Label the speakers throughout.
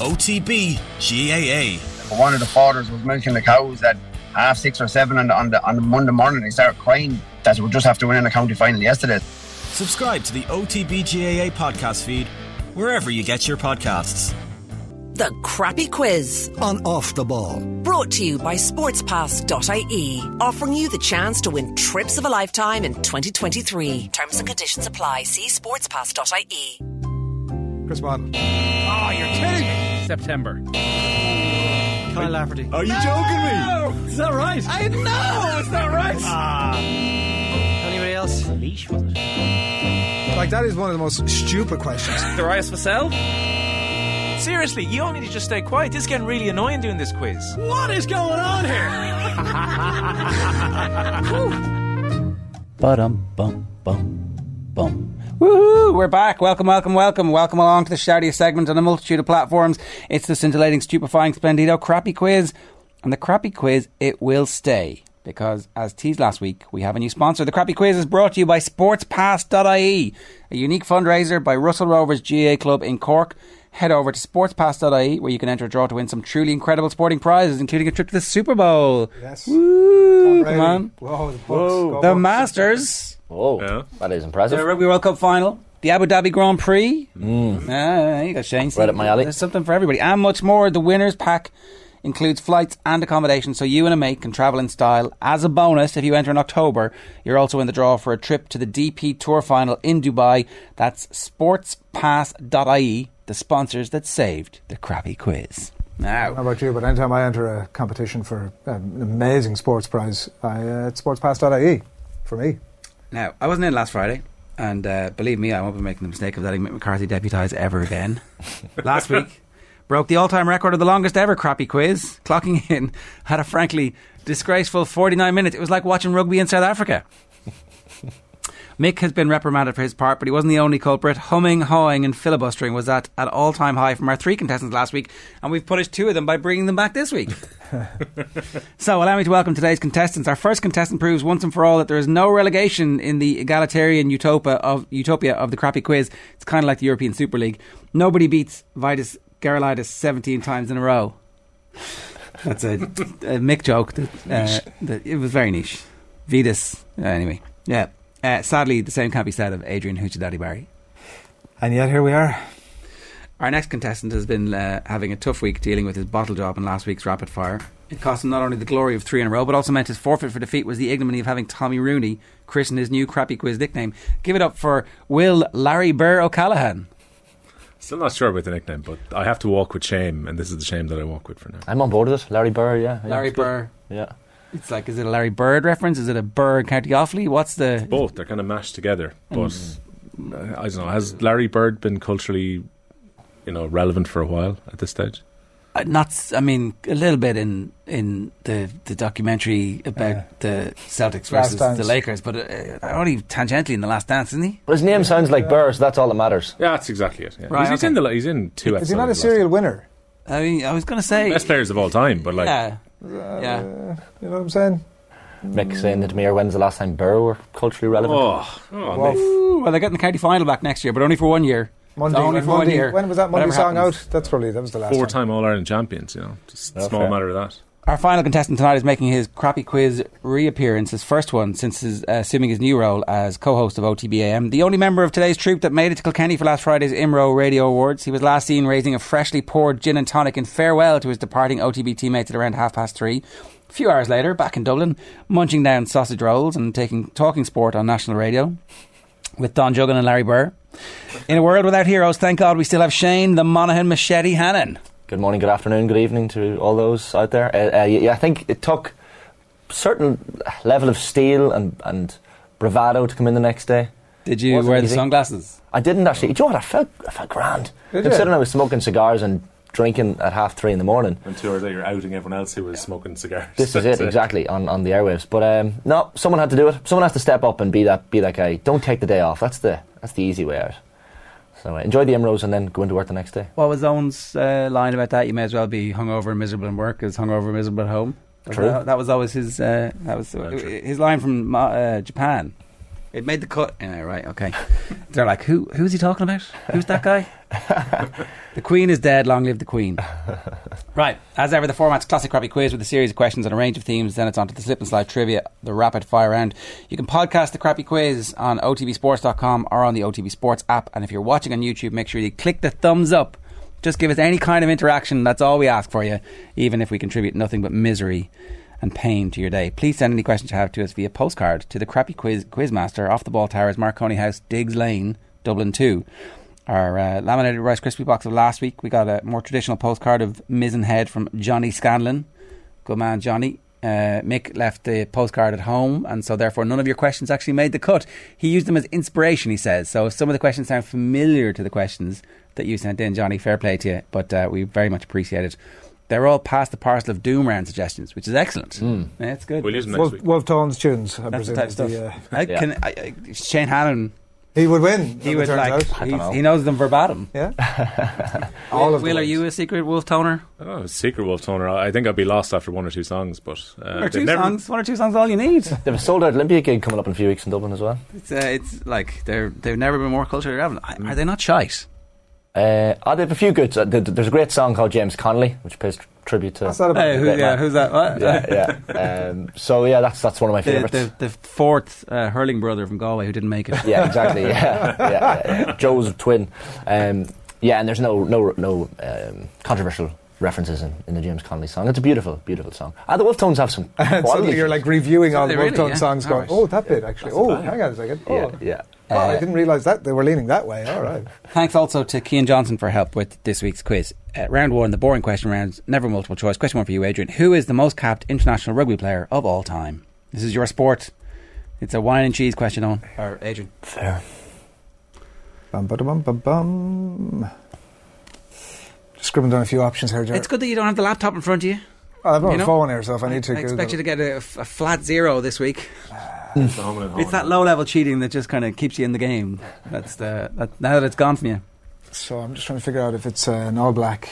Speaker 1: OTB GAA.
Speaker 2: One of the fathers was milking the cows at half six or seven on the, on the, on the Monday morning. They started crying that we just have to win in the county final yesterday.
Speaker 1: Subscribe to the OTB GAA podcast feed wherever you get your podcasts.
Speaker 3: The Crappy Quiz
Speaker 4: on Off the Ball.
Speaker 3: Brought to you by sportspass.ie, offering you the chance to win trips of a lifetime in 2023. Terms and conditions apply. See sportspass.ie.
Speaker 5: Chris Waddle.
Speaker 6: Oh, you're kidding me! September.
Speaker 5: Kyle Lafferty.
Speaker 7: Are you joking
Speaker 5: Is that right?
Speaker 6: I know it's not right.
Speaker 5: Anybody else?
Speaker 6: leash was it?
Speaker 5: Like, that is one of the most stupid questions.
Speaker 6: Darius Vassell.
Speaker 7: Seriously, you all need to just stay quiet. This is getting really annoying doing this quiz.
Speaker 5: What is going on here?
Speaker 8: Bum bum bum bum.
Speaker 9: Woohoo! We're back. Welcome, welcome, welcome, welcome along to the shouty segment on a multitude of platforms. It's the scintillating, stupefying, splendido crappy quiz, and the crappy quiz it will stay because, as teased last week, we have a new sponsor. The crappy quiz is brought to you by SportsPass.ie, a unique fundraiser by Russell Rovers GA Club in Cork. Head over to sportspass.ie where you can enter a draw to win some truly incredible sporting prizes, including a trip to the Super Bowl.
Speaker 5: Yes.
Speaker 9: Woo!
Speaker 5: Brady.
Speaker 9: Come on.
Speaker 5: Whoa, the Bucks. Go
Speaker 9: The
Speaker 5: Bucks.
Speaker 9: Masters.
Speaker 8: Oh, that is impressive.
Speaker 9: The Rugby World Cup final, the Abu Dhabi Grand Prix. Mm. there you go, Shane.
Speaker 8: Right up my alley.
Speaker 9: There's something for everybody, and much more. The winners pack includes flights and accommodation, so you and a mate can travel in style. As a bonus, if you enter in October, you're also in the draw for a trip to the DP Tour final in Dubai. That's sportspass.ie, E, the sponsors that saved the crappy quiz. Now,
Speaker 5: How about you? But anytime I enter a competition for um, an amazing sports prize, I, uh, it's sportspass.ie for me.
Speaker 9: Now, I wasn't in last Friday, and uh, believe me, I won't be making the mistake of letting Mick McCarthy deputise ever again. last week, broke the all-time record of the longest ever crappy quiz, clocking in at a frankly disgraceful 49 minutes. It was like watching rugby in South Africa. Mick has been reprimanded for his part, but he wasn't the only culprit. Humming, hawing, and filibustering was at an all-time high from our three contestants last week, and we've punished two of them by bringing them back this week. So, allow me to welcome today's contestants. Our first contestant proves once and for all that there is no relegation in the egalitarian utopia of utopia of the crappy quiz. It's kind of like the European Super League. Nobody beats Vitus Gerolidis 17 times in a row. That's a, a Mick joke. That, uh, that it was very niche. Vitus, uh, anyway. Yeah. Uh, sadly, the same can't be said of Adrian Huchadaddy Barry.
Speaker 5: And yet here we are.
Speaker 9: Our next contestant has been uh, having a tough week dealing with his bottle job in last week's rapid fire. It cost him not only the glory of three in a row, but also meant his forfeit for defeat was the ignominy of having Tommy Rooney christen his new crappy quiz nickname. Give it up for Will Larry Burr O'Callaghan.
Speaker 10: Still not sure about the nickname, but I have to walk with shame, and this is the shame that I walk with for now.
Speaker 8: I'm on board with it. Larry Burr, yeah. yeah,
Speaker 9: Larry
Speaker 8: it's good.
Speaker 9: Burr.
Speaker 8: Yeah.
Speaker 9: It's like, is it a Larry Bird reference? Is it a Burr in County Offaly? What's the.
Speaker 10: Both, they're kind of mashed together. But uh, I don't know, has Larry Bird been culturally, you know, relevant for a while at this stage?
Speaker 9: Uh, not, s- I mean, a little bit in in the, the documentary about the
Speaker 5: Last
Speaker 9: Celtics versus
Speaker 5: Dance.
Speaker 9: the Lakers, but uh, only tangentially in the last dance, isn't he?
Speaker 8: But his name sounds like Burr, so that's all that matters.
Speaker 10: Yeah, that's exactly it. Yeah.
Speaker 9: Right,
Speaker 10: he's, he's
Speaker 9: okay.
Speaker 10: in the, he's in two episodes.
Speaker 5: Is he not
Speaker 10: of
Speaker 5: a
Speaker 10: Last
Speaker 5: serial winner?
Speaker 9: I mean, I was going to say.
Speaker 10: Best players of all time, but like,
Speaker 9: yeah.
Speaker 5: Uh,
Speaker 9: yeah.
Speaker 5: You know what I'm saying?
Speaker 8: Mick saying that to me, or when's the last time Burr were culturally relevant?
Speaker 10: oh, oh,
Speaker 5: Well,
Speaker 10: mate.
Speaker 9: Ooh, well, they're getting the county final back next year, but only for one year.
Speaker 5: Monday,
Speaker 9: It's only
Speaker 5: when,
Speaker 9: for one
Speaker 5: Monday-
Speaker 9: year.
Speaker 5: when was that Monday
Speaker 9: Whatever
Speaker 5: song
Speaker 9: happens.
Speaker 5: out? That's probably that was the last
Speaker 10: four
Speaker 5: time.
Speaker 10: time All Ireland champions, you know, just
Speaker 8: Yeah,
Speaker 10: small
Speaker 8: fair.
Speaker 10: matter of that.
Speaker 9: Our final contestant tonight is making his crappy quiz reappearance, his first one since his, uh, assuming his new role as co-host of OTBAM. The only member of today's troop that made it to Kilkenny for last Friday's IMRO Radio Awards. He was last seen raising a freshly poured gin and tonic in farewell to his departing OTB teammates at around half past three. A few hours later, back in Dublin, munching down sausage rolls and taking talking sport on national radio. with Don Jugan and Larry Burr. In a world without heroes, thank God we still have Shane, the Monaghan Machete Hannon.
Speaker 8: Good morning, good afternoon, good evening to all those out there. Uh, uh, yeah, I think it took certain level of steel and, and bravado to come in the next day.
Speaker 9: Did you
Speaker 8: Wasn't
Speaker 9: wear the
Speaker 8: easy.
Speaker 9: sunglasses?
Speaker 8: I didn't actually. Do you know what? I felt, I felt grand.
Speaker 5: Did
Speaker 8: Considering
Speaker 5: you?
Speaker 8: I was smoking cigars and drinking at half three in the morning.
Speaker 10: And two hours later, outing everyone else who was smoking cigars.
Speaker 8: This is it exactly on, on the airwaves. But um, no, someone had to do it. Someone has to step up and be that be that guy. Don't take the day off. That's the that's the easy way out. So uh, enjoy the Emeralds and then go into work the next day.
Speaker 9: What was Owen's uh, line about that? You may as well be hungover and miserable in work as hungover and miserable at home.
Speaker 8: True.
Speaker 9: That, that was always his. Uh, that was
Speaker 10: true.
Speaker 9: his line from Ma- uh, Japan. It made the cut. Anyway, right, okay. They're like, who? Who's he talking about? Who's that guy? the Queen is dead. Long live the Queen. Right, as ever, the format's classic crappy quiz with a series of questions on a range of themes. Then it's on to the slip and slide trivia, the rapid fire round. You can podcast the crappy quiz on otbsports.com or on the OTB Sports app. And if you're watching on YouTube, make sure you click the thumbs up. Just give us any kind of interaction. That's all we ask for you, even if we contribute nothing but misery and pain to your day. Please send any questions you have to us via postcard to the Crappy Quiz Quizmaster, Off the Ball Towers, Marconi House, Diggs Lane, Dublin 2. Our uh, laminated Rice Krispie box of last week, we got a more traditional postcard of Mizzen Head from Johnny Scanlon. Good man, Johnny. Uh, Mick left the postcard at home, and so therefore none of your questions actually made the cut. He used them as inspiration, he says. So if some of the questions sound familiar to the questions that you sent in, Johnny, fair play to you, but uh, we very much appreciate it. They're all past the parcel of Doom round suggestions, which is excellent. Yeah, it's good.
Speaker 10: We'll use them next
Speaker 5: Wolf,
Speaker 10: week.
Speaker 5: Wolf Tones tunes, I
Speaker 9: That's the
Speaker 5: presume.
Speaker 9: type of
Speaker 5: is
Speaker 9: stuff.
Speaker 5: the, uh,
Speaker 9: I
Speaker 8: Yeah.
Speaker 9: can, I, I, Shane Hannon,
Speaker 5: he would win.
Speaker 9: he
Speaker 5: it
Speaker 9: was
Speaker 5: turns
Speaker 9: like,
Speaker 5: out.
Speaker 9: he's,
Speaker 8: know.
Speaker 9: he knows them verbatim.
Speaker 5: yeah. All of the
Speaker 9: Will, are
Speaker 5: ones.
Speaker 9: you a secret wolf toner?
Speaker 10: I don't know, Oh, Secret Wolf Toner. I I think I'll be lost after one or two songs, but uh,
Speaker 9: One or
Speaker 10: they've
Speaker 9: two
Speaker 10: never-
Speaker 9: songs, one or two songs, all you need.
Speaker 8: They have a sold out Olympia gig coming up in a few weeks in Dublin as well.
Speaker 9: It's, uh, it's like they're they've never been more culturally relevant. I- Are they not shite?
Speaker 8: Uh, oh, they have a few good. Uh, th- th- there's a great song called James Connolly, which pays tr- tribute to.
Speaker 5: What's that about?
Speaker 9: Hey, Uh, who,
Speaker 8: Great
Speaker 9: yeah,
Speaker 8: man.
Speaker 9: who's that? What?
Speaker 8: yeah, yeah. Um, so yeah, that's that's one of my
Speaker 9: The,
Speaker 8: favourites.
Speaker 9: the, the fourth uh, hurling brother from Galway who didn't make it.
Speaker 8: Yeah, exactly. Yeah, yeah, yeah, yeah. Joe's twin. Um, yeah, and there's no no no um, controversial references in, in the James Connolly song. It's a beautiful, beautiful song. Ah, the Wolf Tones have some.
Speaker 5: And
Speaker 8: quality
Speaker 5: suddenly you're like reviewing all the
Speaker 9: They
Speaker 5: Wolf
Speaker 9: really,
Speaker 5: Tones
Speaker 9: yeah.
Speaker 5: songs, going,
Speaker 9: Alright.
Speaker 5: "Oh, that bit actually. Oh, hang on a second. Oh,
Speaker 8: Yeah, yeah.
Speaker 5: Oh, I
Speaker 8: Uh,
Speaker 5: didn't realise that they were leaning that way. All right.
Speaker 9: Thanks also to Kean Johnson for help with this week's quiz. Uh, round one, the boring question rounds, never multiple choice. Question one for you, Adrian. Who is the most capped international rugby player of all time? This is your sport. It's a wine and cheese question, Owen. Or Adrian.
Speaker 8: fair.
Speaker 5: Bum, bada, bum, bum, bum. Just scribbling down a few options here, Jerry.
Speaker 9: It's good that you don't have the laptop in front of you.
Speaker 5: Well, I've got
Speaker 9: you
Speaker 5: a
Speaker 9: know,
Speaker 5: phone here, so if I need to
Speaker 9: I
Speaker 5: Google
Speaker 9: expect you to
Speaker 5: it.
Speaker 9: get a, f- a flat zero this week. It's that low level cheating that just kind of keeps you in the game. That's the, that, now that it's gone from you.
Speaker 5: So I'm just trying to figure out if it's uh, an all black.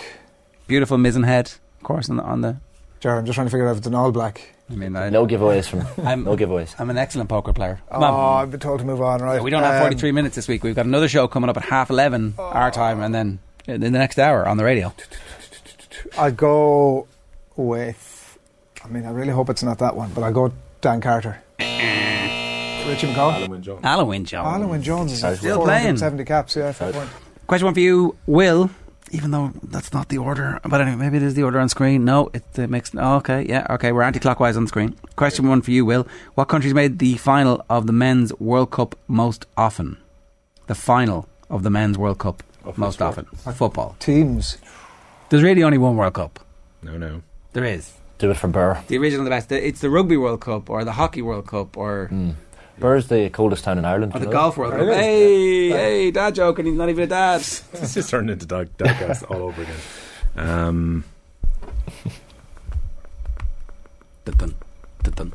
Speaker 9: Beautiful mizzen head, of course, on the. On the
Speaker 5: Jerry, I'm just trying to figure out if it's an all black.
Speaker 9: I mean, I,
Speaker 8: Uh, No giveaways from.
Speaker 9: I'm,
Speaker 8: No giveaways.
Speaker 9: I'm an excellent poker player.
Speaker 5: Oh,
Speaker 9: Come on.
Speaker 5: I've been told to move on, right?
Speaker 9: we don't have
Speaker 5: Um,
Speaker 9: 43 minutes this week. We've got another show coming up at half 11 our time and then in the next hour on the radio.
Speaker 5: I'll Um, go with. I mean, I really hope it's not that one, but I'll go Dan Carter.
Speaker 9: Eh,
Speaker 5: Richie McCall.
Speaker 10: Alan Wynne Jones.
Speaker 9: Alan Wynne Jones.
Speaker 5: Alan Wynne Jones is
Speaker 8: Southwood.
Speaker 9: Oh, Still playing.
Speaker 5: 470 caps, yeah, fair point.
Speaker 9: Question one for you, Will. Even though that's not the order, but anyway, maybe it is the order on screen. No, it uh, makes. Oh, okay, yeah, okay. We're anti-clockwise on screen. Question one for you, Will. What countries made the final of the men's World Cup most often? The final of the men's World Cup
Speaker 10: Of the
Speaker 9: most
Speaker 10: sport.
Speaker 9: often. Football.
Speaker 5: Teams.
Speaker 9: There's really only one World Cup.
Speaker 10: No, no.
Speaker 9: There is
Speaker 8: Do it for Burr.
Speaker 9: the original, the best. It's the Rugby World Cup or the Hockey World Cup or
Speaker 8: Burr's the coldest town in Ireland.
Speaker 9: Or
Speaker 8: you
Speaker 9: Oh, the
Speaker 8: know
Speaker 9: golf world. Cup.
Speaker 5: Really?
Speaker 9: Hey, hey, dad joke, and he's not even a dad.
Speaker 10: This just turned into dog Dogcast all over again. Um,
Speaker 9: Dun-dun, dun-dun.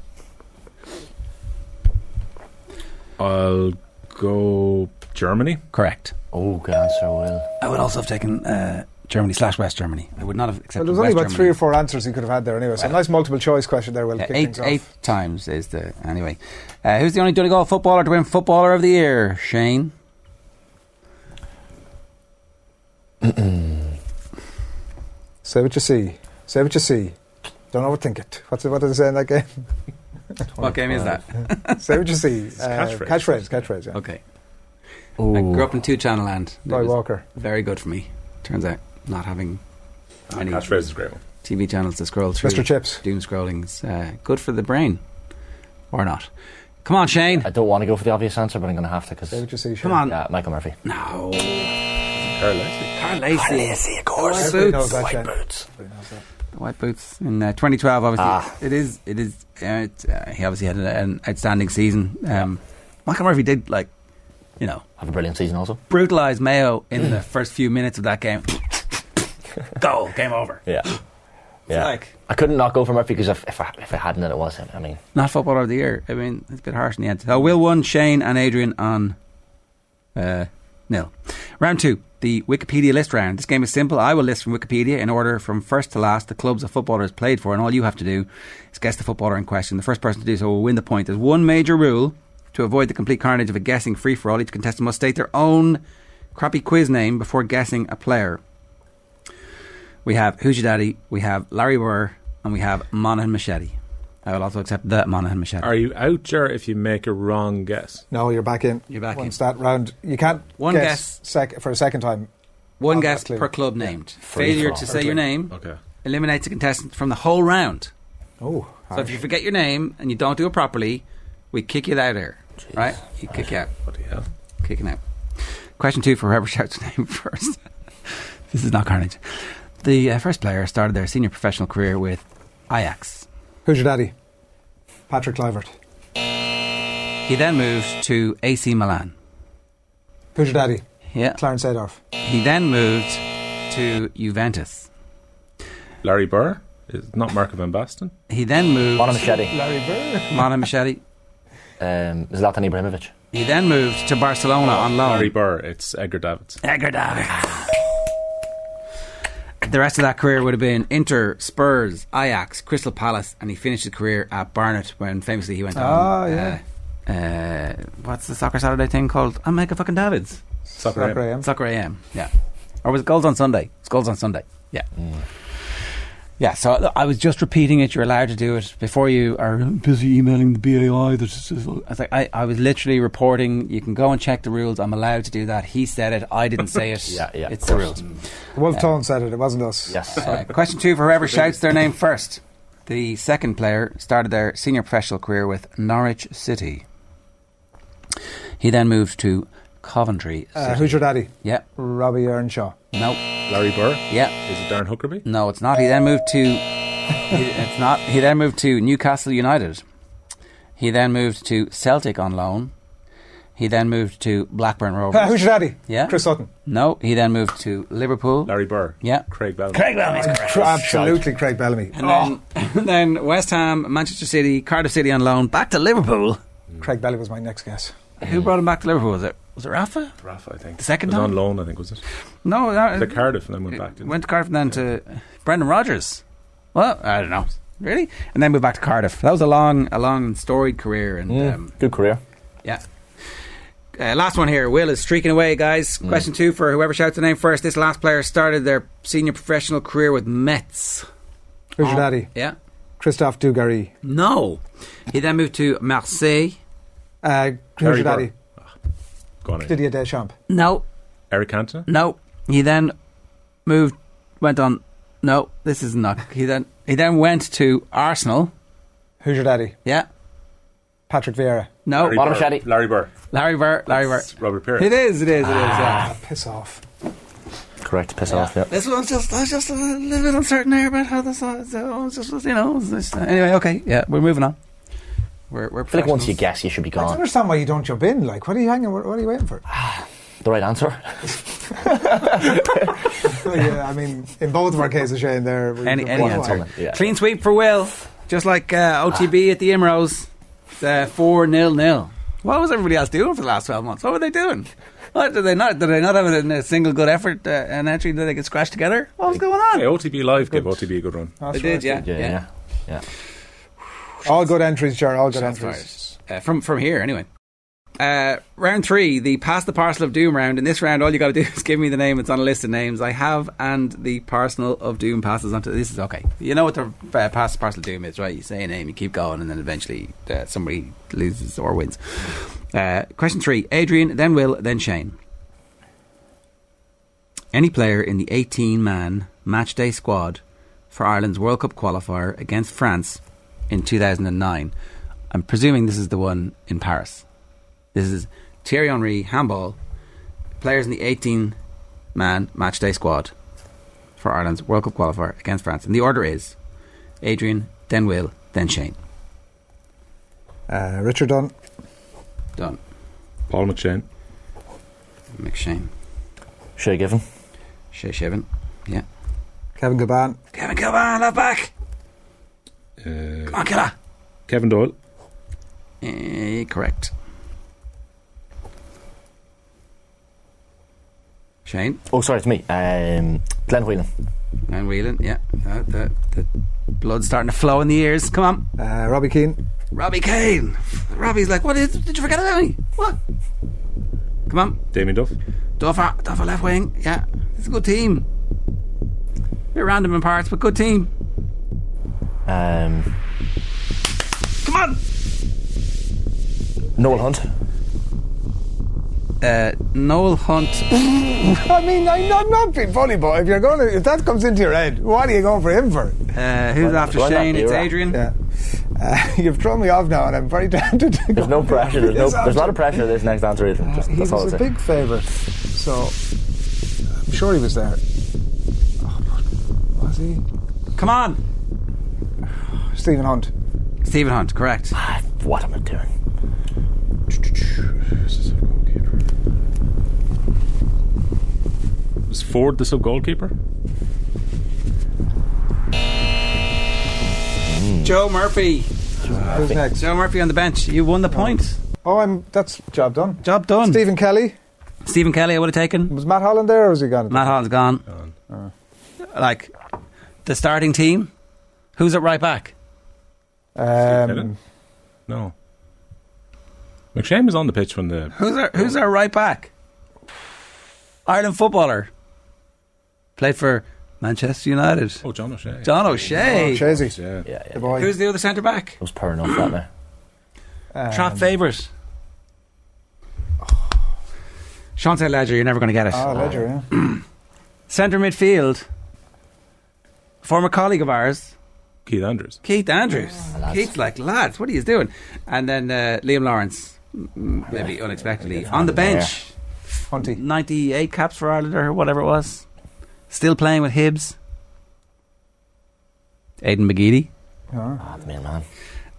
Speaker 10: I'll go Germany.
Speaker 9: Correct.
Speaker 8: that? Oh, good answer, Will.
Speaker 9: I would also have taken uh, Germany slash West Germany. I would not have
Speaker 5: Well,
Speaker 9: accepted
Speaker 5: there was only
Speaker 9: West
Speaker 5: about
Speaker 9: Germany.
Speaker 5: three or four answers you could have had there anyway. So a nice multiple choice question there, Will.
Speaker 9: Yeah,
Speaker 5: kick
Speaker 9: eight,
Speaker 5: things off.
Speaker 9: eight times is the anyway. Uh, who's the only Donegal footballer to win Footballer of the Year? Shane.
Speaker 5: Say what you see. Say what you see. Don't overthink it. What's it, what did they say in that game?
Speaker 9: What game is that?
Speaker 5: say what you see.
Speaker 10: catchphrase.
Speaker 5: Uh, Catchphrase. Catchphrase. Yeah.
Speaker 9: Okay, I
Speaker 8: Ooh.
Speaker 9: grew up in two channel land. It
Speaker 5: Roy
Speaker 9: was
Speaker 5: Walker.
Speaker 9: Very good for me. Turns out not having many
Speaker 10: Catchphrase is a great one.
Speaker 9: TV channels to scroll through.
Speaker 5: Mr. Chips.
Speaker 9: Doom scrolling's uh, good for the brain, or not? Come on, Shane.
Speaker 8: I don't want to go for the obvious answer, but I'm going to have to because
Speaker 5: Say what you see.
Speaker 9: Come on.
Speaker 8: yeah, Michael Murphy.
Speaker 9: No.
Speaker 10: Carl Lacey.
Speaker 9: Carl Lacey.
Speaker 8: of course.
Speaker 5: Everybody knows that.
Speaker 8: White
Speaker 5: Shane.
Speaker 8: boots.
Speaker 5: Everybody knows that.
Speaker 9: The White Boots in uh, 2012. Obviously,
Speaker 8: Ah.
Speaker 9: it is. It is. Uh, it, uh, he obviously had an, an outstanding season. Um, Michael Murphy did like, you know,
Speaker 8: Have a brilliant season also.
Speaker 9: brutalize Mayo in the first few minutes of that game. Mm. Goal. Game over.
Speaker 8: Yeah. Yeah.
Speaker 9: like-
Speaker 8: I couldn't not go for Murphy because if, if, I, if I hadn't, then it was him. I mean,
Speaker 9: Not footballer of the year. I mean, it's a bit harsh in the end. So Will one, Shane and Adrian on uh, nil. Round two, the Wikipedia list round. This game is simple. I will list from Wikipedia in order from first to last the clubs a footballer has played for, and all you have to do is guess the footballer in question. The first person to do so will win the point. There's one major rule To avoid the complete carnage of a guessing free for all, each contestant must state their own crappy quiz name before guessing a player. We have Who's Your Daddy, we have Larry Burr, and we have Monaghan Machete. I will also accept the Monaghan Machete.
Speaker 10: Are you out, Jer, if you make a wrong guess?
Speaker 5: No, you're back in.
Speaker 9: You're back in.
Speaker 5: Once that round, you can't
Speaker 9: One
Speaker 5: guess,
Speaker 9: guess.
Speaker 5: sec- for a second time.
Speaker 9: One
Speaker 5: Oh,
Speaker 9: guess
Speaker 5: that's clear.
Speaker 9: per club named.
Speaker 8: Free
Speaker 9: Failure
Speaker 8: for all.
Speaker 9: to say your name
Speaker 10: Okay.
Speaker 9: eliminates a contestant from the whole round.
Speaker 5: Oh,
Speaker 9: So if you forget your name and you don't do it properly, we kick you out of here. Right? You kick you out.
Speaker 10: What the hell?
Speaker 9: Kicking out. Question two for whoever shouts the name first. this is not carnage. The uh, first player started their senior professional career with Ajax.
Speaker 5: who's your daddy? Patrick Clivert.
Speaker 9: He then moved to AC Milan.
Speaker 5: Who's your daddy?
Speaker 9: Yeah.
Speaker 5: Clarence Adorf.
Speaker 9: He then moved to Juventus.
Speaker 10: Larry Burr? It's not Marco Van Basten.
Speaker 9: He then moved
Speaker 8: Mono Machete.
Speaker 5: Larry Burr.
Speaker 9: Manu Machete.
Speaker 8: Um, Zlatan Ibrahimovic.
Speaker 9: He then moved to Barcelona on loan.
Speaker 10: Larry Burr, it's Edgar Davids.
Speaker 9: Edgar Davids. The rest of that career would have been Inter, Spurs, Ajax, Crystal Palace, and he finished his career at Barnet when famously he went on.
Speaker 5: Ah, yeah.
Speaker 9: Uh, uh, what's the Soccer Saturday thing called? I'm Michael fucking Davids.
Speaker 10: Soccer
Speaker 5: Not
Speaker 10: AM.
Speaker 5: Graham.
Speaker 9: Soccer AM. Yeah. Or was it Goals on Sunday? It's Goals on Sunday. Yeah. Yeah, so look, I was just repeating it. You're allowed to do it before you are busy emailing the BAI. That's, I, was like, I, I was literally reporting. You can go and check the rules. I'm allowed to do that. He said it. I didn't say it.
Speaker 8: Yeah, yeah,
Speaker 9: It's
Speaker 8: of
Speaker 9: the
Speaker 8: course.
Speaker 9: rules.
Speaker 5: Wolf Tone said it. It wasn't us.
Speaker 8: Yes.
Speaker 9: Uh, question two for whoever shouts their name first. The second player started their senior professional career with Norwich City. He then moved to Coventry.
Speaker 5: Uh, who's your daddy?
Speaker 9: yeah.
Speaker 5: Robbie Earnshaw.
Speaker 9: No.
Speaker 10: Larry Burr?
Speaker 9: Yeah.
Speaker 10: Is it Darren Huckerby?
Speaker 9: No, it's not. He then moved to. he- it's not. He then moved to Newcastle United. He then moved to Celtic on loan. He then moved to Blackburn
Speaker 5: Uh,
Speaker 9: Rovers.
Speaker 5: who's your daddy?
Speaker 9: Yeah.
Speaker 5: Chris Sutton.
Speaker 9: no, he then moved to Liverpool.
Speaker 10: Larry Burr?
Speaker 9: Yeah.
Speaker 10: Craig Bellman?
Speaker 5: Cr- absolutely Craig Bellamy.
Speaker 9: And then, and then West Ham, Manchester City, Cardiff City on loan, back to Liverpool.
Speaker 5: Oh, Craig Bellamy was my next guess.
Speaker 9: Who brought him back to Liverpool? Was it was it Rafa?
Speaker 10: Rafa, I think. The
Speaker 9: second
Speaker 10: was
Speaker 9: time?
Speaker 10: on loan, I think, was it?
Speaker 9: No, no
Speaker 10: The Cardiff and then went back. didn't
Speaker 9: went
Speaker 10: it?
Speaker 9: to Cardiff and then to Brendan Rodgers. Well, I don't know, really, and then moved back to Cardiff. That was a long, a long and storied career, and um,
Speaker 8: Good career.
Speaker 9: yeah. Uh, last one here. Will is streaking away, guys. Question two for whoever shouts the name first. This last player started their senior professional career with Metz.
Speaker 5: Who's your daddy?
Speaker 9: Yeah.
Speaker 5: Christophe Dugarry.
Speaker 9: No. He then moved to Marseille.
Speaker 5: Uh, who's your
Speaker 10: Larry Burr.
Speaker 5: daddy?
Speaker 10: Go on in.
Speaker 5: Didier Deschamps.
Speaker 9: No.
Speaker 10: Eric Cantona?
Speaker 9: No. He then moved, went on. No, this is not. He then he then went to Arsenal.
Speaker 5: Who's your daddy?
Speaker 9: Yeah.
Speaker 5: Patrick Vieira.
Speaker 9: No.
Speaker 10: Larry
Speaker 8: Bottom
Speaker 10: Burr.
Speaker 8: Shetty.
Speaker 10: Larry Burr.
Speaker 9: Larry Burr. Larry Burr.
Speaker 10: It's Robert Pearce.
Speaker 9: It is. It is. It is.
Speaker 5: Ah, piss off.
Speaker 8: Correct. Piss off. Yeah.
Speaker 9: This one's just. I was just a little bit uncertain there about how this. Uh, so I was just you know. it was just- uh, anyway, okay. Yeah, we're moving on. We're we're.
Speaker 8: I feel like once you guess, you should be
Speaker 5: I don't
Speaker 8: gone.
Speaker 5: understand why you don't jump in. Like, what are you hanging? What, what are you waiting for?
Speaker 8: The right answer.
Speaker 5: Well, yeah, I mean, in both of our cases, Shane, there. we-
Speaker 9: any
Speaker 5: we-
Speaker 9: any
Speaker 5: why?
Speaker 9: answer.
Speaker 8: Yeah.
Speaker 9: Clean sweep for Will, just like uh, OTB at the Imrose. It's, uh, four nil nil. What was everybody else doing for the last twelve months? What were they doing? What did they not? Did they not have a, a single good effort uh, an entry that they could scratch together? What was going
Speaker 10: Hey,
Speaker 9: on?
Speaker 10: OTB Live gave OTB a good run.
Speaker 5: That's
Speaker 9: They did,
Speaker 5: right.
Speaker 9: yeah,
Speaker 8: Yeah. Yeah. yeah.
Speaker 5: All good entries, Jar. All good
Speaker 9: Shots
Speaker 5: entries.
Speaker 9: fired. Uh, from from here anyway. Uh, round three, the pass the parcel of doom round. In this round, all you got to do is give me the name. It's on a list of names I have, and the parcel of doom passes onto. This is okay. You know what the uh, pass the parcel of doom is, right? You say a name, you keep going, and then eventually uh, somebody loses or wins. Uh, question three: Adrian, then Will, then Shane. Any player in the 18-man matchday squad for Ireland's World Cup qualifier against France in 2009. I'm presuming this is the one in Paris. This is Thierry Henry handball players in the 18 man matchday squad for Ireland's World Cup qualifier against France. And the order is Adrian, then Will, then Shane.
Speaker 5: Uh, Richard Dunn.
Speaker 9: Done.
Speaker 10: Paul McShane.
Speaker 9: McShane.
Speaker 8: Should have given.
Speaker 9: Shea Shevin. Yeah.
Speaker 5: Kevin Gaban.
Speaker 9: Kevin Kilban, left back.
Speaker 10: Uh,
Speaker 9: Come on, killer.
Speaker 10: Kevin Doyle.
Speaker 9: Eh, correct. Shane
Speaker 8: Oh, sorry, it's me. Um, Glenn Whelan.
Speaker 9: and Whelan, yeah. Uh, the, the blood's starting to flow in the ears. Come on.
Speaker 5: Uh, Robbie Keane.
Speaker 9: Robbie Kane. Robbie's like, what is? Did you forget about me? What? Come on,
Speaker 10: Damien Duff.
Speaker 9: Duffer, Duffer left wing. Yeah, it's a good team. Bit random in parts, but good team.
Speaker 8: Um,
Speaker 9: Come on.
Speaker 8: Noel Hunt.
Speaker 9: Uh, Noel Hunt.
Speaker 5: I mean, I'm not, I'm not being funny, but if you're going to, if that comes into your head, what are you going for him for?
Speaker 9: Uh, who's
Speaker 8: Why-
Speaker 9: after
Speaker 8: why not
Speaker 9: Shane? It's
Speaker 8: Vera?
Speaker 9: Adrian.
Speaker 5: Yeah. Uh, you've thrown me off now, and I'm very tempted to
Speaker 8: There's no pressure. There's no. There's a lot of pressure. This next answer is just,
Speaker 5: Uh, He
Speaker 8: that's all I'll
Speaker 5: was
Speaker 8: say.
Speaker 5: a big favourite, so I'm sure he was there. Oh, but was he?
Speaker 9: Come on,
Speaker 5: Stephen Hunt.
Speaker 9: Stephen Hunt. Correct.
Speaker 8: Ah, What am I doing?
Speaker 10: Who's the sub goalkeeper? Is Ford the sub goalkeeper?
Speaker 9: Joe Murphy.
Speaker 5: Who's next?
Speaker 9: Joe Murphy on the bench. You won the point.
Speaker 5: Oh, I'm. That's job done.
Speaker 9: Job done.
Speaker 5: Stephen Kelly
Speaker 9: Stephen Kelly. I would have taken.
Speaker 5: was Matt Holland there, or was he gone?
Speaker 9: Matt Holland's gone. Uh, Like the starting team. Who's at right back?
Speaker 5: Um,
Speaker 10: No. McShane was on the pitch when the
Speaker 9: Who's our Who's our right back? Ireland footballer. Played for Manchester United.
Speaker 10: oh John O'Shea.
Speaker 9: John O'Shea.
Speaker 5: Chazy.
Speaker 10: Yeah.
Speaker 8: Yeah, yeah.
Speaker 5: The
Speaker 8: It
Speaker 5: boy.
Speaker 9: Who's the other centre back?
Speaker 8: was poor enough that now.
Speaker 5: Um,
Speaker 9: Trap favourite. Chante Ledger. You're never going to get it.
Speaker 5: Ah, Ledger, yeah.
Speaker 9: Centre midfield. Former colleague of ours.
Speaker 10: Keith Andrews.
Speaker 9: Keith Andrews. Keith's like, lads, what are you doing? And then uh, Liam Lawrence, m- maybe unexpectedly, on the bench.
Speaker 5: Hunty.
Speaker 9: 98 caps for Ireland or whatever it was. Still playing with Hibs. Aidan McGeady.
Speaker 8: Ah, the main man.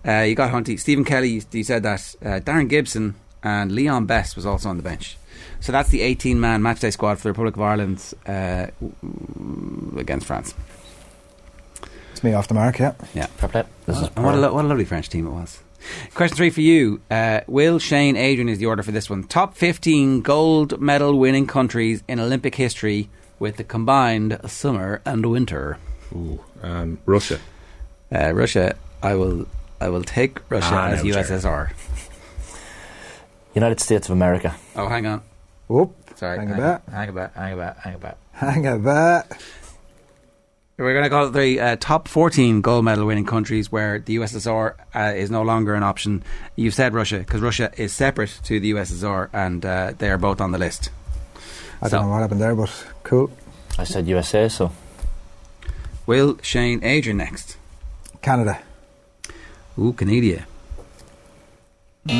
Speaker 9: Uh, you got Hunty. Stephen Kelly, you, you said that. Uh, Darren Gibson and Leon Best was also on the bench. So that's the 18 man matchday squad for the Republic of Ireland uh, w- against France.
Speaker 5: It's me off the mark, yeah.
Speaker 8: Fair play. This is
Speaker 9: And Uh, what a,
Speaker 8: poor.
Speaker 9: lo- what a lovely French team it was. Question three for you. Uh, Will, Shane, Adrian is the order for this one. Top 15 gold medal winning countries in Olympic history with the combined summer and winter.
Speaker 10: Ooh. Um, Russia.
Speaker 9: Uh, Russia, I will I will take Russia
Speaker 10: Ah,
Speaker 9: as
Speaker 10: no, Jared.
Speaker 9: USSR.
Speaker 8: United States of America.
Speaker 9: Oh, hang on.
Speaker 5: Whoop.
Speaker 9: Sorry.
Speaker 5: Hang about.
Speaker 9: Hang about. Hang about. Hang about.
Speaker 5: Hang about.
Speaker 9: We're going to call it the uh, top 14 gold medal winning countries where the USSR uh, is no longer an option. You've said Russia, because Russia is separate to the USSR and uh, they are both on the list.
Speaker 5: I
Speaker 9: So-
Speaker 5: don't know what happened there, but cool.
Speaker 8: I said USA, so
Speaker 9: Will Shane Adrian next?
Speaker 5: Canada.
Speaker 9: Ooh, Canada.
Speaker 5: Oh,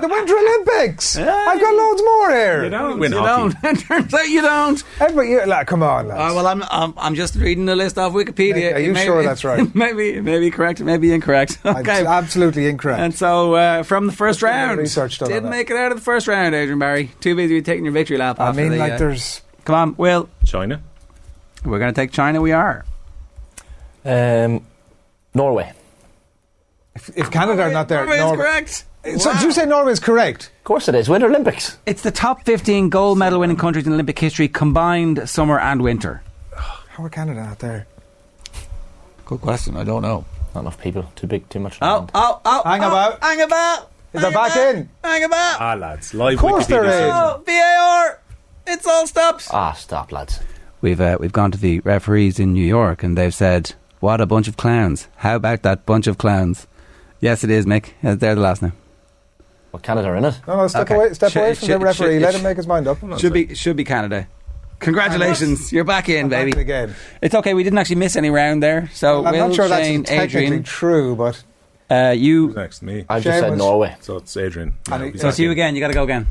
Speaker 5: the Winter Olympics! I've got loads more here.
Speaker 10: don't win
Speaker 9: you
Speaker 10: hockey.
Speaker 9: don't. Turns out you don't.
Speaker 5: Every year, like, come on, lads.
Speaker 9: Oh, well, I'm, I'm I'm just reading the list off Wikipedia.
Speaker 5: Are you
Speaker 9: It may-
Speaker 5: sure
Speaker 9: it-
Speaker 5: that's right?
Speaker 9: Maybe it may be correct. It may be incorrect.
Speaker 5: I'm
Speaker 9: Okay.
Speaker 5: s- absolutely incorrect.
Speaker 9: and so uh, from the first
Speaker 5: Let's get a bit of
Speaker 9: round,
Speaker 5: research done on
Speaker 9: didn't
Speaker 5: that.
Speaker 9: make it out of the first round, Adrian Barry. Too busy taking your victory lap.
Speaker 5: I
Speaker 9: after
Speaker 5: mean,
Speaker 9: the,
Speaker 5: like,
Speaker 9: uh,
Speaker 5: there's.
Speaker 9: come on, Will.
Speaker 10: China.
Speaker 9: We're going to take China. We are.
Speaker 8: um, Norway.
Speaker 5: If, if Canada are not there,
Speaker 9: Norway is
Speaker 5: Norway-
Speaker 9: correct.
Speaker 5: So
Speaker 9: Wow.
Speaker 5: did you say Norway's correct?
Speaker 8: Of course it is. Winter Olympics.
Speaker 9: It's the top 15 gold medal winning countries in Olympic history combined summer and winter.
Speaker 5: How are Canada not there?
Speaker 9: Good question. I don't know.
Speaker 8: Not enough people. Too big. Too much.
Speaker 9: Oh, oh, oh.
Speaker 5: Hang
Speaker 9: oh,
Speaker 5: about.
Speaker 9: Hang about.
Speaker 5: Is they're
Speaker 9: hang
Speaker 5: back
Speaker 9: about,
Speaker 5: in.
Speaker 9: Hang about.
Speaker 10: Ah lads. Live
Speaker 5: Of course
Speaker 10: Wikipedia.
Speaker 5: there is.
Speaker 9: Oh, VAR. It's all stopped.
Speaker 8: Ah, stop, lads.
Speaker 9: We've, uh, we've gone to the referees in New York and they've said, what a bunch of clowns. How about that bunch of clowns? Yes, it is, Mick. Uh, They're the last now.
Speaker 8: Well, Canada are in it.
Speaker 5: No, no, step
Speaker 9: Okay.
Speaker 5: away, step
Speaker 9: Should-
Speaker 5: away from
Speaker 9: should-
Speaker 5: the referee.
Speaker 9: should-
Speaker 5: Let him make his mind up.
Speaker 9: Should be, should be Canada. Congratulations. You're back in,
Speaker 5: Back
Speaker 9: baby.
Speaker 5: again.
Speaker 9: It's okay. We didn't actually miss any round there. So,
Speaker 5: I'm
Speaker 9: Will,
Speaker 5: not sure
Speaker 9: Shane,
Speaker 5: that's technically
Speaker 9: Adrian,
Speaker 5: true, but
Speaker 9: uh, you.
Speaker 10: Who's next? Me.
Speaker 8: I just
Speaker 5: Shane
Speaker 8: said
Speaker 5: was-
Speaker 8: Norway.
Speaker 10: so it's Adrian.
Speaker 5: And he-
Speaker 10: he's
Speaker 9: So,
Speaker 10: back
Speaker 9: it's you
Speaker 10: in.
Speaker 9: again. You got to go again.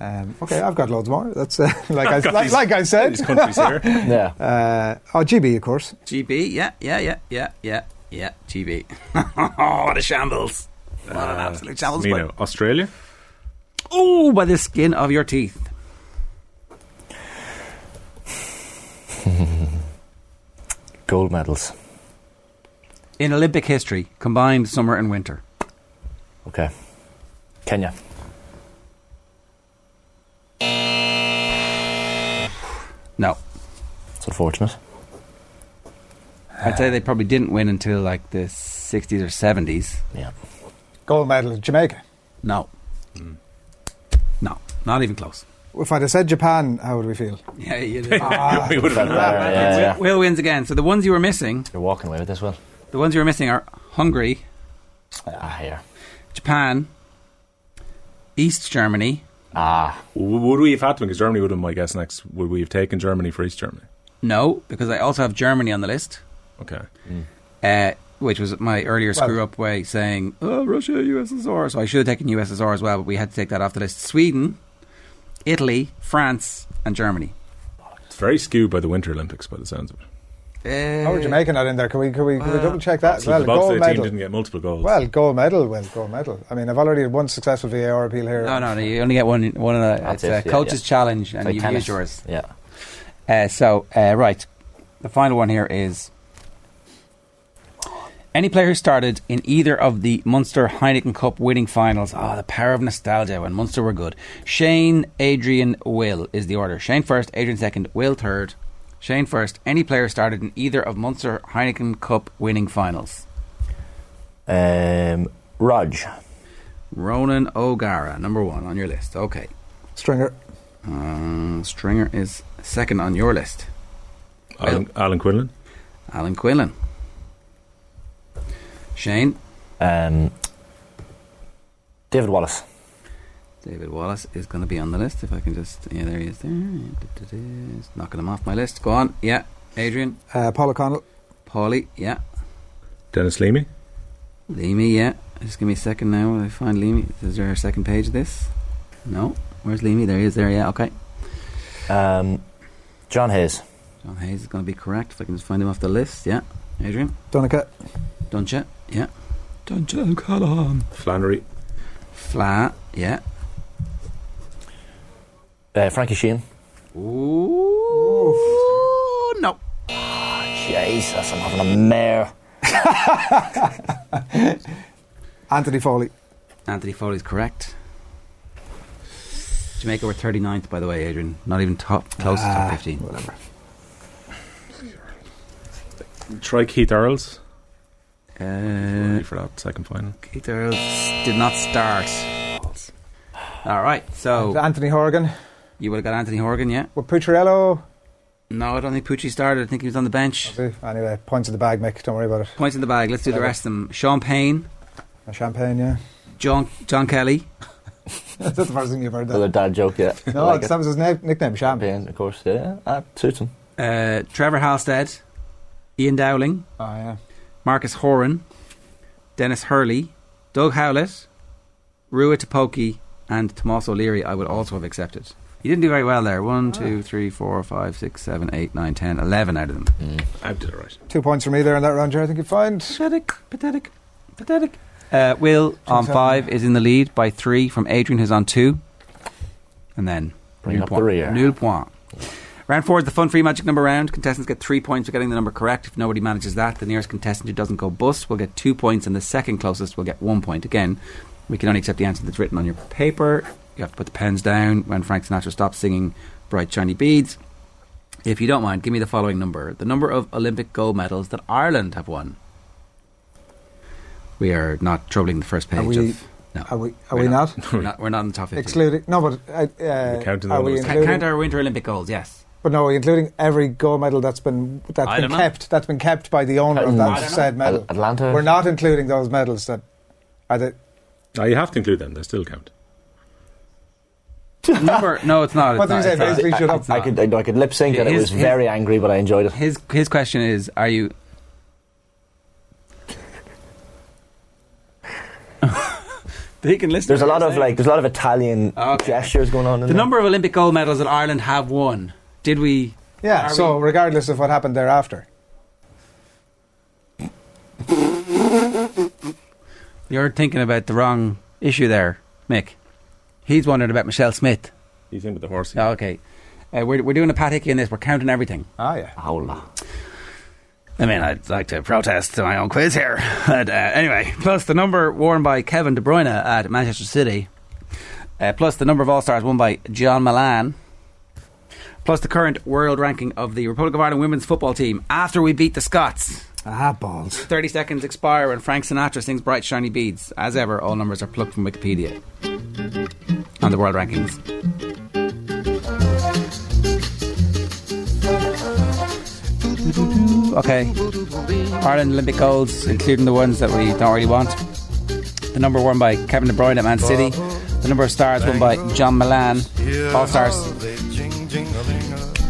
Speaker 5: um, okay, I've got loads more. That's uh, like I
Speaker 10: God,
Speaker 5: like,
Speaker 10: these-
Speaker 5: like I said.
Speaker 10: These countries here.
Speaker 8: Yeah.
Speaker 5: Uh, oh, GB, of course.
Speaker 9: GB, yeah, yeah, yeah, yeah, yeah, yeah, GB. oh, what a shambles. What an absolute shambles.
Speaker 10: Me now. Australia.
Speaker 9: Oh, by the skin of your teeth.
Speaker 8: Gold medals.
Speaker 9: In Olympic history, combined summer and winter.
Speaker 8: Okay. Kenya.
Speaker 9: No.
Speaker 8: It's unfortunate.
Speaker 9: I'd say they probably didn't win until like the 70s. 60s or 70s.
Speaker 8: Yeah.
Speaker 5: Gold medal in Jamaica.
Speaker 9: No. No, not even close.
Speaker 5: If I'd have said Japan, how would we feel?
Speaker 9: Yeah, you
Speaker 10: we would
Speaker 8: Felt
Speaker 10: have
Speaker 8: better, yeah, yeah.
Speaker 9: Will wins again. So the ones you were missing,
Speaker 8: You're walking away with this, Will.
Speaker 9: the ones you were missing are Hungary,
Speaker 8: Ah, here.
Speaker 9: Japan, East Germany.
Speaker 8: Ah,
Speaker 10: W- Would we have had to? Because Germany would have, been my guess next. Would we have taken Germany for East Germany?
Speaker 9: No, because I also have Germany on the list,
Speaker 10: Okay.
Speaker 9: uh, which was my earlier
Speaker 5: Well-
Speaker 9: screw up way saying, oh, Russia, USSR. So I should have taken USSR as well, but we had to take that off the list. Sweden, Italy, France, and Germany.
Speaker 10: It's very skewed by the Winter Olympics, by the sounds of it.
Speaker 9: Uh,
Speaker 5: How are Jamaica not in there? Can we, can we, can we double check that as
Speaker 10: So
Speaker 5: well?
Speaker 10: the bobsleigh
Speaker 5: Gold
Speaker 10: team
Speaker 5: medal.
Speaker 10: didn't get multiple goals.
Speaker 5: Well, gold medal. Well, gold medal. I mean, I've already had one successful VAR appeal here.
Speaker 9: No, no, no, you only get one. One of the
Speaker 8: That's
Speaker 9: it's a
Speaker 8: it, yeah,
Speaker 9: coach's
Speaker 8: yeah.
Speaker 9: challenge,
Speaker 8: it's
Speaker 9: and
Speaker 8: like
Speaker 9: you use
Speaker 8: tennis.
Speaker 9: yours.
Speaker 8: Yeah.
Speaker 9: Uh, so, uh, right, the final one here is any player who started in either of the Munster Heineken Cup winning finals. Ah, the power of nostalgia when Munster were good. Shane, Adrian, Will is the order. Shane first, Adrian second, Will third. Shane first. Any player started in either of Munster Heineken Cup winning finals.
Speaker 8: Um, Raj.
Speaker 9: Ronan O'Gara, number one on your list. Okay.
Speaker 5: Stringer.
Speaker 9: Um, Stringer is second on your list.
Speaker 10: Alan, Alan Quinlan.
Speaker 9: Alan Quinlan. Shane,
Speaker 8: Um, David Wallace.
Speaker 9: David Wallace is going to be on the list. If I can just, yeah, there he is. There, Da-da-da. It's knocking him off my list. Go on, yeah. Adrian,
Speaker 5: Uh, Paul O'Connell.
Speaker 9: Paulie, yeah.
Speaker 10: Dennis Leamy.
Speaker 9: Leamy, yeah. Just give me a second now. Will I find Leamy? Is there a second page of this? No. Where's Leamy? There he is. There, yeah. Okay.
Speaker 8: Um, John Hayes.
Speaker 9: John Hayes is going to be correct. If I can just find him off the list, yeah. Adrian,
Speaker 5: Dunica.
Speaker 9: Duncha, yeah. Duncha O'Callaghan.
Speaker 10: Flannery.
Speaker 9: Fla, yeah.
Speaker 8: Uh, Frankie Sheen.
Speaker 9: Ooh, no.
Speaker 8: Jesus, I'm having a mare.
Speaker 5: Anthony Foley.
Speaker 9: Anthony Foley's correct. Jamaica were 39th, by the way, Adrian. Not even top close to top 15. Whatever.
Speaker 10: Try Keith Earls.
Speaker 9: Uh,
Speaker 10: Ready for that second final.
Speaker 9: Keith Uh, Earls did not start. All right,
Speaker 10: Oh.
Speaker 9: so
Speaker 5: Anthony Horgan.
Speaker 9: you would have got Anthony Horgan, yeah?
Speaker 5: With Pucciarello.
Speaker 9: No, I don't think Pucci started. I think he was on the bench.
Speaker 5: Anyway, points in the bag, Mick. Don't worry about it.
Speaker 9: Points in the bag. Let's do the rest of them. Sean Payne,
Speaker 5: A champagne, yeah.
Speaker 9: John John Kelly,
Speaker 5: That's the first thing you've heard.
Speaker 8: Another
Speaker 5: That.
Speaker 8: dad joke, yeah.
Speaker 5: No,
Speaker 8: I like it.
Speaker 5: that was his na- nickname, Champagne.
Speaker 8: Champagne, of course, yeah. That suits him.
Speaker 9: uh, Trevor Halstead, Ian Dowling,
Speaker 5: Oh, yeah.
Speaker 9: Marcus Horan, Dennis Hurley, Doug Howlett, Rua Topoki, and Tomas O'Leary, I would also have accepted. You didn't do very well there. One, two, three, four, five, six, seven, eight, nine, ten, eleven out of them.
Speaker 10: I did it right.
Speaker 5: Two points for me there in that round, Jerry. I think you'd find.
Speaker 9: Pathetic, pathetic, pathetic. Uh, Will on five is in the lead by three from Adrian, who's on two. And then
Speaker 8: Bring
Speaker 9: nul
Speaker 8: up the
Speaker 9: point.
Speaker 8: rear.
Speaker 9: Nul point. Round four is the fun free magic number round. Contestants get three points for getting the number correct. If nobody manages that, the nearest contestant who doesn't go bust will get two points, and the second closest will get one point. Again, we can only accept the answer that's written on your paper. You have to put the pens down when Frank Sinatra stops singing Bright Shiny Beads. If you don't mind, give me the following number the number of Olympic gold medals that Ireland have won. We are not troubling the first page
Speaker 5: Are we-
Speaker 9: of. No,
Speaker 5: Are we, are
Speaker 9: We're
Speaker 5: we not?
Speaker 9: we're not, we're not on the top 50.
Speaker 5: Excluding. No, but. Uh, uh,
Speaker 10: We're counting the
Speaker 5: are we
Speaker 10: ones.
Speaker 5: including,
Speaker 9: Count our Winter Olympic goals, yes.
Speaker 5: But no, including every gold medal that's been that's
Speaker 9: I
Speaker 5: been
Speaker 9: don't know.
Speaker 5: kept that's been kept by the owner of
Speaker 8: I
Speaker 5: that
Speaker 8: don't
Speaker 5: said
Speaker 8: know.
Speaker 5: medal.
Speaker 8: Al- Atlanta.
Speaker 5: We're not including those medals that are the
Speaker 10: Oh, you have to include them. They still count.
Speaker 9: number, no, it's not. It's
Speaker 5: What do you
Speaker 9: not,
Speaker 5: say,
Speaker 9: it's not.
Speaker 5: Vince? We should have-
Speaker 9: It's
Speaker 8: I
Speaker 9: not.
Speaker 8: could, I, I could lip sync and it
Speaker 9: His-
Speaker 8: was
Speaker 9: his-
Speaker 8: very angry, but I enjoyed it.
Speaker 9: His his question is: Are you? they can listen.
Speaker 8: There's a lot of like, there's a lot of Italian
Speaker 9: Okay.
Speaker 8: gestures going on. In
Speaker 9: the
Speaker 8: there.
Speaker 9: number of Olympic gold medals that Ireland have won. Did we?
Speaker 5: yeah.
Speaker 9: Are
Speaker 5: so regardless of what happened thereafter,
Speaker 9: You're thinking about the wrong issue there, Mick. He's wondering about Michelle Smith.
Speaker 10: You think with the horse.
Speaker 9: Oh, okay, uh, we're we're doing a pat hickey in this. We're counting everything.
Speaker 5: ah yeah,
Speaker 8: Hola.
Speaker 9: I mean, I'd like to protest my own quiz here. But, uh, anyway, plus the number worn by Kevin De Bruyne at Manchester City, uh, plus the number of All Stars won by John Milan, plus the current world ranking of the Republic of Ireland women's football team after we beat the Scots.
Speaker 5: Ah, balls.
Speaker 9: 30 seconds expire when Frank Sinatra sings Bright Shiny Beads. As ever, all numbers are plucked from Wikipedia. On the world rankings. Okay. Ireland Olympic goals, including the ones that we don't really want. The number won by Kevin De Bruyne at Man City. The number of stars won by John Milan. All stars.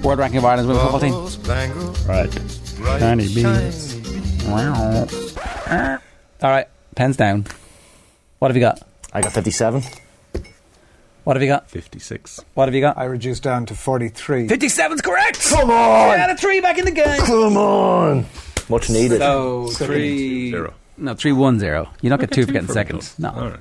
Speaker 9: World ranking of Ireland's women's football team.
Speaker 10: Right.
Speaker 9: Tiny beans. Wow. All right, pens down. What have you got?
Speaker 8: I got 57.
Speaker 9: What have you got?
Speaker 10: 56.
Speaker 9: What have you got?
Speaker 5: I reduced down to 43.
Speaker 9: 57's correct!
Speaker 8: Come on!
Speaker 9: Three out of three back in the game!
Speaker 8: Come on! Much needed.
Speaker 9: So, three.
Speaker 10: Zero.
Speaker 9: No, three one zero. You don't get two for getting seconds. No.
Speaker 10: All right.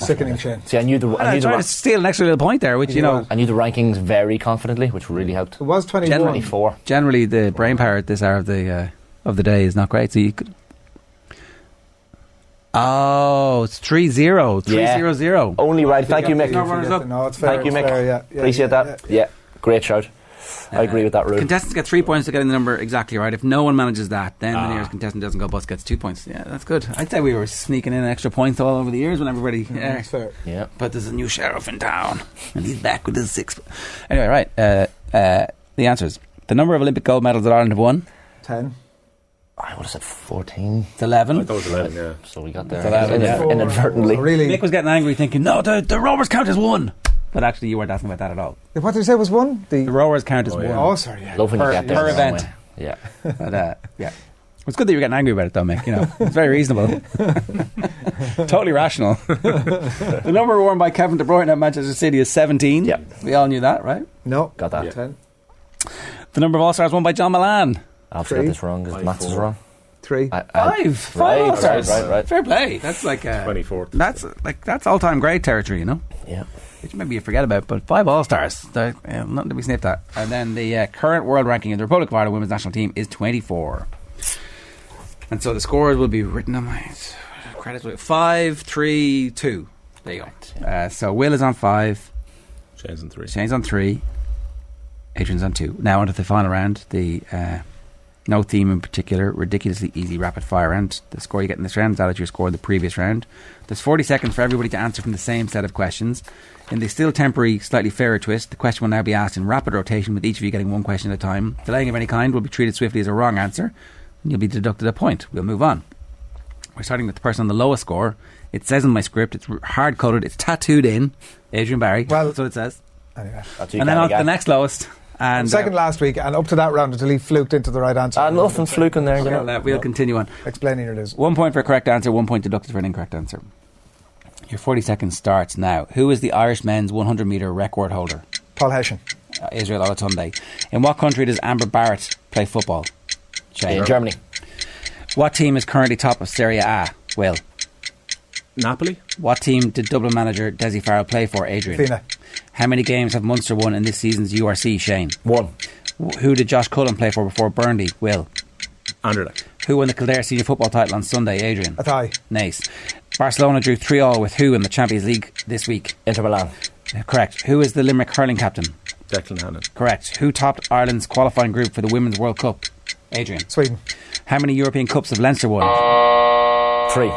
Speaker 5: Sickening chain.
Speaker 8: See, I knew the, I
Speaker 9: I
Speaker 8: knew the,
Speaker 9: tried
Speaker 8: ra-
Speaker 9: to steal an extra little point there, which, you know,
Speaker 8: I knew the rankings very confidently, which really helped.
Speaker 5: It was 21.
Speaker 9: Generally.
Speaker 8: 24.
Speaker 9: generally the brain power at this hour of the uh, of the day is not great, so you could. Oh, it's 3 0. 3
Speaker 8: Yeah.
Speaker 9: 0 0.
Speaker 8: Only right. Thank you,
Speaker 5: Forget the-
Speaker 8: Mick.
Speaker 9: runners
Speaker 5: forget
Speaker 9: up.
Speaker 5: the- No, it's fair.
Speaker 8: Thank you,
Speaker 5: it's
Speaker 8: Mick.
Speaker 5: fair, yeah, yeah,
Speaker 8: Appreciate
Speaker 5: yeah,
Speaker 8: that.
Speaker 5: yeah.
Speaker 8: Yeah. great shout. I agree with that, Rude.
Speaker 9: Contestants get three points to getting the number exactly right. If no one manages that, then
Speaker 10: Ah.
Speaker 9: the nearest contestant doesn't go bust gets two points. Yeah, that's good. I'd say we were sneaking in extra points all over the years when everybody.
Speaker 10: Mm-hmm.
Speaker 5: Yeah,
Speaker 9: Yeah.
Speaker 5: it's fair.
Speaker 8: Yeah.
Speaker 9: But there's a new sheriff in town, and he's back with his six. Anyway, right. Uh, uh, the answers: the number of Olympic gold medals that Ireland have won,
Speaker 5: 10.
Speaker 8: I would have said 14.
Speaker 9: it's eleven.
Speaker 10: That was 11, yeah.
Speaker 8: So we got there
Speaker 9: So that was
Speaker 8: Inad-
Speaker 9: four.
Speaker 8: inadvertently.
Speaker 5: Oh, really?
Speaker 9: Mick was getting angry, thinking, "No, the, the rowers count as one." But actually, you weren't asking about that at all.
Speaker 5: What did you say was one?
Speaker 9: The
Speaker 5: The.
Speaker 9: rowers count as
Speaker 10: Oh,
Speaker 9: one.
Speaker 10: yeah.
Speaker 5: Oh, sorry. Yeah.
Speaker 8: Love when you
Speaker 9: Per-
Speaker 8: get there.
Speaker 9: per
Speaker 8: the wrong
Speaker 9: event.
Speaker 8: way. Yeah.
Speaker 9: But, uh, yeah, it's good that you were getting angry about it, though, Mick. You know, it's very reasonable, totally rational. the number worn by Kevin De Bruyne at Manchester City is seventeen.
Speaker 8: Yeah.
Speaker 9: we all knew that, right?
Speaker 5: No.
Speaker 8: Got that.
Speaker 5: 10.
Speaker 9: The number of All Stars won by John Milan.
Speaker 8: I obviously got
Speaker 5: Three.
Speaker 8: this wrong because maths is wrong.
Speaker 5: 3.
Speaker 8: I, I,
Speaker 9: Five, five
Speaker 8: Uh, Right,
Speaker 9: All Stars.
Speaker 8: right, right, right.
Speaker 9: Fair play. That's like uh,
Speaker 10: 24th.
Speaker 9: That's like that's all time great territory, you know,
Speaker 8: yeah.
Speaker 9: which maybe you forget about. But five All Stars, they're, uh, nothing to be sniffed at. And then the uh, current world ranking of the Republic of Ireland women's national team is twenty four. And so the scores will be written on my credits. will- Five, three, two. There you go. Uh, so Will is on five.
Speaker 10: Chains and three.
Speaker 9: Shane's on three. Adrian's on two. Now onto the final round. The uh, no theme in particular, ridiculously easy rapid fire round. The score you get in this round is added to your score in the previous round. There's 40 seconds for everybody to answer from the same set of questions. In the still temporary, slightly fairer twist, the question will now be asked in rapid rotation, with each of you getting one question at a time. Delaying of any kind will be treated swiftly as a wrong answer, and you'll be deducted a point. We'll move on. We're starting with the person on the lowest score. It says in my script, it's hard coded, it's tattooed in. Adrian Barry.
Speaker 5: Well-
Speaker 9: that's what it says
Speaker 5: Anyway.
Speaker 8: That's you
Speaker 9: and then
Speaker 8: got
Speaker 9: on to
Speaker 8: again.
Speaker 9: the next lowest. And
Speaker 5: Second
Speaker 9: uh,
Speaker 5: last week, and up to that round until he fluked into the right answer.
Speaker 8: Ah, nothing fluke in there. you
Speaker 9: we'll,
Speaker 8: know.
Speaker 9: uh, we'll continue on.
Speaker 5: Explaining it is.
Speaker 9: One point for a correct answer, one point deducted for an incorrect answer. Your 40 seconds starts now. Who is the Irish men's 100 metre record holder?
Speaker 5: Paul Hessian.
Speaker 9: Uh, Israel Olatunde. In what country does Amber Barrett play football? Shane.
Speaker 8: In Germany.
Speaker 9: What team is currently top of Serie A? Will.
Speaker 10: Napoli?
Speaker 9: What team did Dublin manager Desi Farrell play for? Adrian.
Speaker 5: Fina.
Speaker 9: How many games have Munster won in this season's URC? Shane.
Speaker 8: One.
Speaker 9: Wh- Who did Josh Cullen play for before Burnley? Will.
Speaker 10: Anderlecht.
Speaker 9: Who won the Kildare senior football title on Sunday? Adrian.
Speaker 5: A tie.
Speaker 9: Nice. Barcelona drew 3 all with who in the Champions League this week?
Speaker 8: Inter Milan.
Speaker 9: Correct. Who is the Limerick hurling captain?
Speaker 10: Declan Hannon.
Speaker 9: Correct. Who topped Ireland's qualifying group for the Women's World Cup? Adrian.
Speaker 5: Sweden.
Speaker 9: How many European Cups have Leinster won?
Speaker 8: Three.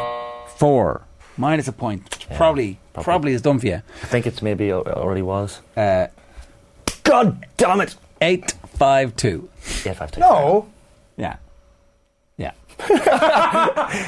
Speaker 9: Four. Minus a point. Probably, probably. is done for you.
Speaker 8: I think it's maybe al- already was.
Speaker 9: Uh,
Speaker 8: God damn it!
Speaker 9: eight, five, two.
Speaker 8: Yeah, five two.
Speaker 5: No.
Speaker 9: Yeah. Yeah.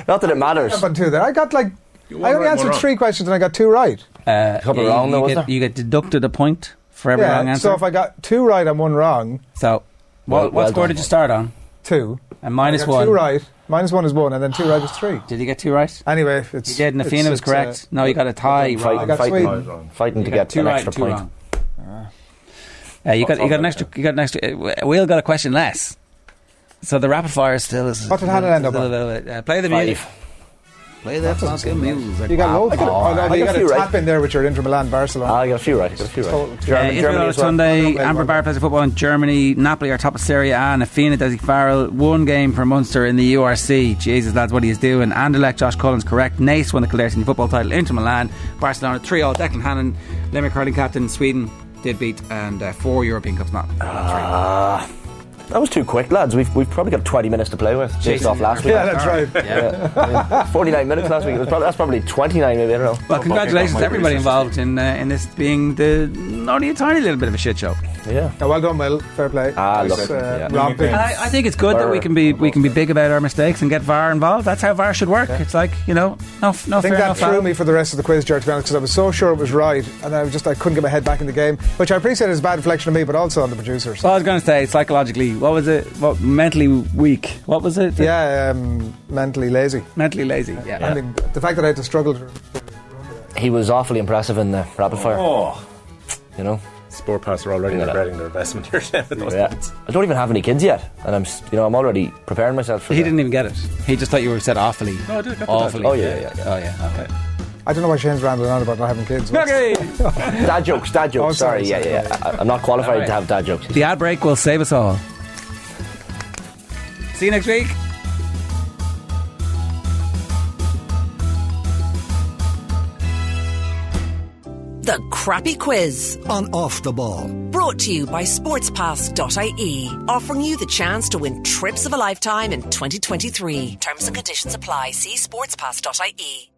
Speaker 8: Not that it matters.
Speaker 5: Up on two there. I got like. I
Speaker 10: one
Speaker 5: only
Speaker 10: right, one
Speaker 5: answered
Speaker 10: wrong.
Speaker 5: three questions and I got two right.
Speaker 9: Uh,
Speaker 8: couple
Speaker 9: you,
Speaker 8: wrong
Speaker 9: you
Speaker 8: though, was
Speaker 9: get,
Speaker 8: there?
Speaker 9: you get deducted a point for every wrong answer.
Speaker 5: So if I got two right and one wrong,
Speaker 9: So,
Speaker 8: Well-
Speaker 9: what, what
Speaker 8: well
Speaker 9: score did
Speaker 8: done,
Speaker 9: you
Speaker 8: well
Speaker 9: start on?
Speaker 5: two.
Speaker 9: And minus
Speaker 5: I got
Speaker 9: one.
Speaker 5: Two right. Minus one is one, and then two right is three.
Speaker 9: Did you get two right?
Speaker 5: Anyway, it's.
Speaker 9: You did, and
Speaker 5: it's-
Speaker 9: Athena was
Speaker 5: it's,
Speaker 9: correct.
Speaker 5: uh,
Speaker 9: no, you got a tie.
Speaker 8: Fighting,
Speaker 9: wrong.
Speaker 5: got
Speaker 8: fighting,
Speaker 5: Sweden.
Speaker 8: fighting to
Speaker 9: You got
Speaker 8: get
Speaker 9: two
Speaker 8: an
Speaker 9: right,
Speaker 8: extra
Speaker 9: two
Speaker 8: point.
Speaker 9: wrong.
Speaker 5: Ah.
Speaker 9: Uh, you got you got an extra. You got an extra. Uh, Will got a question less. So the rapid fire still is.
Speaker 5: What did Hannah end up on?
Speaker 9: Uh, play the music.
Speaker 8: Five.
Speaker 9: Play the fucking music.
Speaker 5: You got loads. of-
Speaker 8: on.
Speaker 5: Oh, no,
Speaker 8: I
Speaker 5: but you
Speaker 8: got
Speaker 5: got
Speaker 8: a
Speaker 5: to
Speaker 8: few right.
Speaker 5: tap in there with your Inter Milan Barcelona.
Speaker 8: Ah, I got a few right. I got a few
Speaker 5: Total-
Speaker 8: right.
Speaker 9: Uh,
Speaker 8: Germany, Germany
Speaker 9: Israel
Speaker 8: as well.
Speaker 9: Sunday,
Speaker 5: Well,
Speaker 9: Amber
Speaker 5: well.
Speaker 9: Barrett plays a football in Germany. Napoli are top of Serie A, and Athena Desi Farrell one game for Munster in the URC. Jesus, lads, what he is doing. Anderlecht, Josh Collins, correct. Nace won the Kildare City football title. Inter Milan, Barcelona, 3 all. Declan Hannon,
Speaker 5: Ah.
Speaker 9: Limerick hurling captain, Sweden did beat, and uh, four European Cups, not.
Speaker 8: Ah. That was too quick, lads. We've, we've probably got 20 minutes to play with based
Speaker 9: Jason,
Speaker 8: off last week.
Speaker 5: Yeah, that's right.
Speaker 8: Yeah. I mean, 49 minutes last week. It was probably, that's probably 29 maybe, I don't know.
Speaker 9: Well, congratulations to everybody involved in uh, in this being the only a tiny little bit of a shit show.
Speaker 8: Yeah.
Speaker 5: Yeah, well done, Will. Fair play.
Speaker 8: Ah,
Speaker 5: It was,
Speaker 8: look,
Speaker 5: uh,
Speaker 8: yeah.
Speaker 5: romping.
Speaker 9: And I, I think it's good that we can be we can be big about our mistakes and get VAR involved. That's how VAR should work. It's like you know, no, f- no
Speaker 5: I think
Speaker 9: fair, no
Speaker 5: that
Speaker 9: foul.
Speaker 5: threw me for the rest of the quiz, George, because I was so sure it was right, and I was just I couldn't get my head back in the game, which I appreciate is a bad reflection of me, but also on the producers.
Speaker 9: Well, I was going to say psychologically, what was it? What mentally weak? What was it?
Speaker 5: yeah, um, mentally lazy.
Speaker 9: mentally lazy. Yeah.
Speaker 5: I mean, the fact that I had to struggle. To,
Speaker 8: He was awfully impressive in the rapid fire,
Speaker 10: Oh,
Speaker 8: you know.
Speaker 10: sport pass are already
Speaker 8: Yeah.
Speaker 10: regretting their investment here. with those
Speaker 8: Yeah.
Speaker 10: points.
Speaker 8: I don't even have any kids yet, and I'm, s- you know, I'm already preparing myself for
Speaker 9: He
Speaker 8: the-
Speaker 9: didn't even get it. He just thought you were said awfully.
Speaker 10: No, I did get the
Speaker 9: awfully.
Speaker 8: dad joke. Oh, yeah, yeah,
Speaker 9: Oh yeah. Okay.
Speaker 5: I don't know why Shane's rambling on about not having kids. What's-
Speaker 8: Dad jokes, dad jokes.
Speaker 5: Oh,
Speaker 8: sorry,
Speaker 5: sorry, sorry.
Speaker 8: yeah, yeah. I, I'm not qualified
Speaker 9: Alright.
Speaker 8: to have dad jokes.
Speaker 9: The ad break will save us all. See you next week.
Speaker 3: The Crappy Quiz.
Speaker 4: on Off the Ball.
Speaker 3: Brought to you by sportspass.ie, offering you the chance to win trips of a lifetime in 2023. Terms and conditions apply. See sportspass.ie.